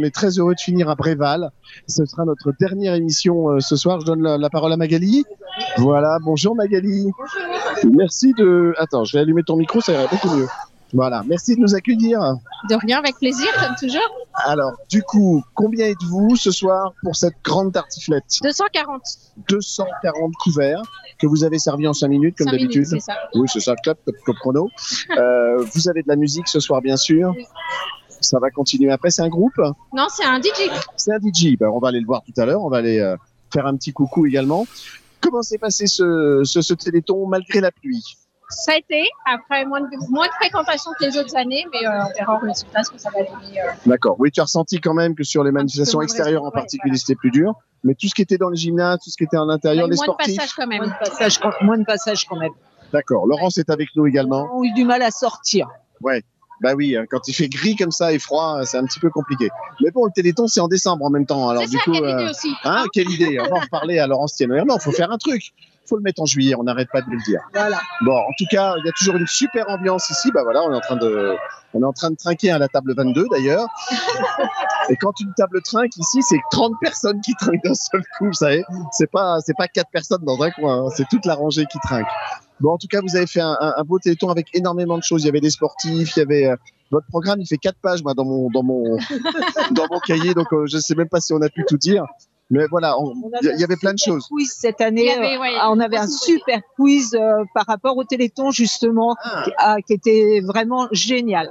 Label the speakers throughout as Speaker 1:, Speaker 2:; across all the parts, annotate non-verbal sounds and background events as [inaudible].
Speaker 1: On est très heureux de finir à Bréval. Ce sera notre dernière émission euh, ce soir. Je donne la, la parole à Magali. Voilà, bonjour Magali. Merci de... Attends, je vais allumer ton micro, ça ira beaucoup mieux. Voilà, merci de nous accueillir.
Speaker 2: De rien, avec plaisir, comme toujours.
Speaker 1: Alors, du coup, combien êtes-vous ce soir pour cette grande tartiflette
Speaker 2: 240.
Speaker 1: 240 couverts que vous avez servi en 5 minutes, comme
Speaker 2: Cinq minutes,
Speaker 1: d'habitude.
Speaker 2: C'est ça.
Speaker 1: Oui, c'est ça, clap, top, top chrono. Euh, vous avez de la musique ce soir, bien sûr. Ça va continuer après. C'est un groupe
Speaker 2: Non, c'est un DJ.
Speaker 1: C'est un DJ. Ben, on va aller le voir tout à l'heure. On va aller euh, faire un petit coucou également. Comment s'est passé ce, ce, ce téléthon malgré la pluie
Speaker 2: Ça a été, après moins de, moins de fréquentation que les autres années, mais euh, on verra au résultat ce que ça va donner. euh.
Speaker 1: D'accord. Oui, tu as ressenti quand même que sur les manifestations
Speaker 2: moins
Speaker 1: extérieures en
Speaker 2: raisonnable, ouais,
Speaker 1: particulier,
Speaker 2: voilà.
Speaker 1: c'était plus dur. Mais tout ce qui était dans les gymnases, tout ce qui était à l'intérieur,
Speaker 2: Il y a eu
Speaker 1: les
Speaker 2: moins de
Speaker 1: sportifs.
Speaker 2: passage quand même.
Speaker 3: Moins de passage, quand- moins de passage quand même.
Speaker 1: D'accord. Laurence est avec nous également.
Speaker 3: On a eu du mal à sortir.
Speaker 1: Bah oui, hein, quand il fait gris comme ça et froid, euh, c'est un petit peu compliqué. Mais bon, le Téléthon, c'est en décembre en même temps. Alors
Speaker 2: C'est
Speaker 1: du
Speaker 2: ça,
Speaker 1: coup,
Speaker 2: quelle
Speaker 1: euh,
Speaker 2: idée aussi.
Speaker 1: hein, quelle idée On va en reparler à Laurence Tiennoyer. Non, faut faire un truc. Faut le mettre en juillet. On n'arrête pas de le dire.
Speaker 3: Voilà.
Speaker 1: Bon, en tout cas, il y a toujours une super ambiance ici. Bah voilà, on est en train de, on est en train de trinquer à la table 22
Speaker 3: [laughs]
Speaker 1: d'ailleurs. Et quand une table trinque ici, c'est 30 personnes qui trinquent d'un seul coup, vous savez. C'est pas, c'est pas quatre personnes dans un coin, hein. c'est toute la rangée qui trinque. Bon, en tout cas, vous avez fait un, un- un beau téléthon avec énormément de choses. Il y avait des sportifs, il y avait euh, votre programme. Il fait quatre pages, moi, dans mon, dans
Speaker 3: [laughs]
Speaker 1: mon, dans mon cahier. Donc, euh, je sais même pas si on a pu tout dire. Mais voilà, on-
Speaker 3: On
Speaker 1: il y, y avait plein de
Speaker 3: super
Speaker 1: choses.
Speaker 3: Quiz cette
Speaker 2: Il y
Speaker 3: année.
Speaker 2: avait, ouais,
Speaker 3: euh, ah, on avait un
Speaker 2: aussi-
Speaker 3: super quiz euh, par rapport au Téléthon justement,
Speaker 1: Ah.
Speaker 3: qui- ah, qui était vraiment génial,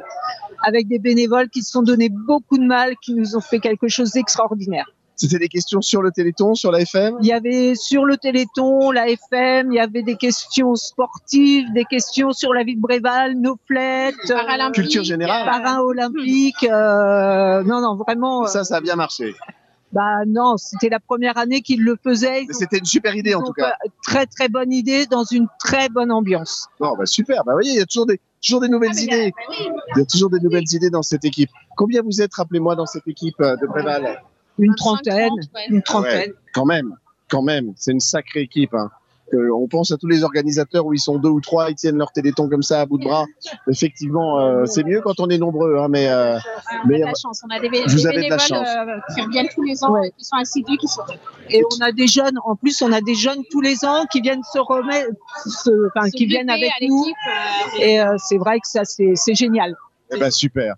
Speaker 3: avec des bénévoles qui se sont donné beaucoup de mal, qui nous ont fait quelque chose d'extraordinaire.
Speaker 1: C'était des questions sur le téléthon, sur la FM.
Speaker 3: Il y avait sur le Téléthon, la FM, il y avait des questions sportives, des questions sur la vie de Bréval, nos euh, flètes,
Speaker 2: Paralympique,
Speaker 1: Culture générale.
Speaker 3: parrain olympique. euh, non, non, vraiment. euh,
Speaker 1: Ça, ça a bien marché.
Speaker 3: bah non, c'était la première année qu'ils le faisaient.
Speaker 1: Mais C'était une super idée en tout
Speaker 3: Donc,
Speaker 1: cas.
Speaker 3: euh, Très très bonne idée dans une très bonne ambiance.
Speaker 1: Non, bah super. Bah voyez, il y a toujours des, toujours des nouvelles
Speaker 2: Ah, mais il y a-
Speaker 1: idées.
Speaker 2: bah oui.
Speaker 1: Il y a toujours des nouvelles idées dans cette équipe. Combien vous êtes, rappelez-moi, dans cette équipe euh, de Préval
Speaker 3: Une
Speaker 2: 25,
Speaker 3: trentaine,
Speaker 2: 30, ouais.
Speaker 3: une trentaine.
Speaker 1: Quand même, quand même. C'est une sacrée équipe. hein. Euh, on pense à tous les organisateurs où ils sont deux ou trois, ils tiennent leur téléthon comme ça à bout de bras. Effectivement, euh, c'est mieux quand on est nombreux, hein, mais euh,
Speaker 2: Ah, on
Speaker 1: Mais,
Speaker 2: a de la chance. On a des, bé-
Speaker 1: vous
Speaker 2: des
Speaker 1: avez de la
Speaker 2: bénévoles
Speaker 1: chance.
Speaker 2: euh, qui reviennent tous les ans,
Speaker 3: Ouais.
Speaker 2: euh, qui sont assidus, qui sont.
Speaker 3: Et on a des jeunes. En plus, on a des jeunes tous les ans qui viennent se remettre, se- enfin
Speaker 2: se
Speaker 3: qui viennent
Speaker 2: gripper
Speaker 3: avec
Speaker 2: à
Speaker 3: nous.
Speaker 2: l'équipe, euh,
Speaker 3: Et euh, c'est vrai que ça c'est c'est génial.
Speaker 1: eh ben, super.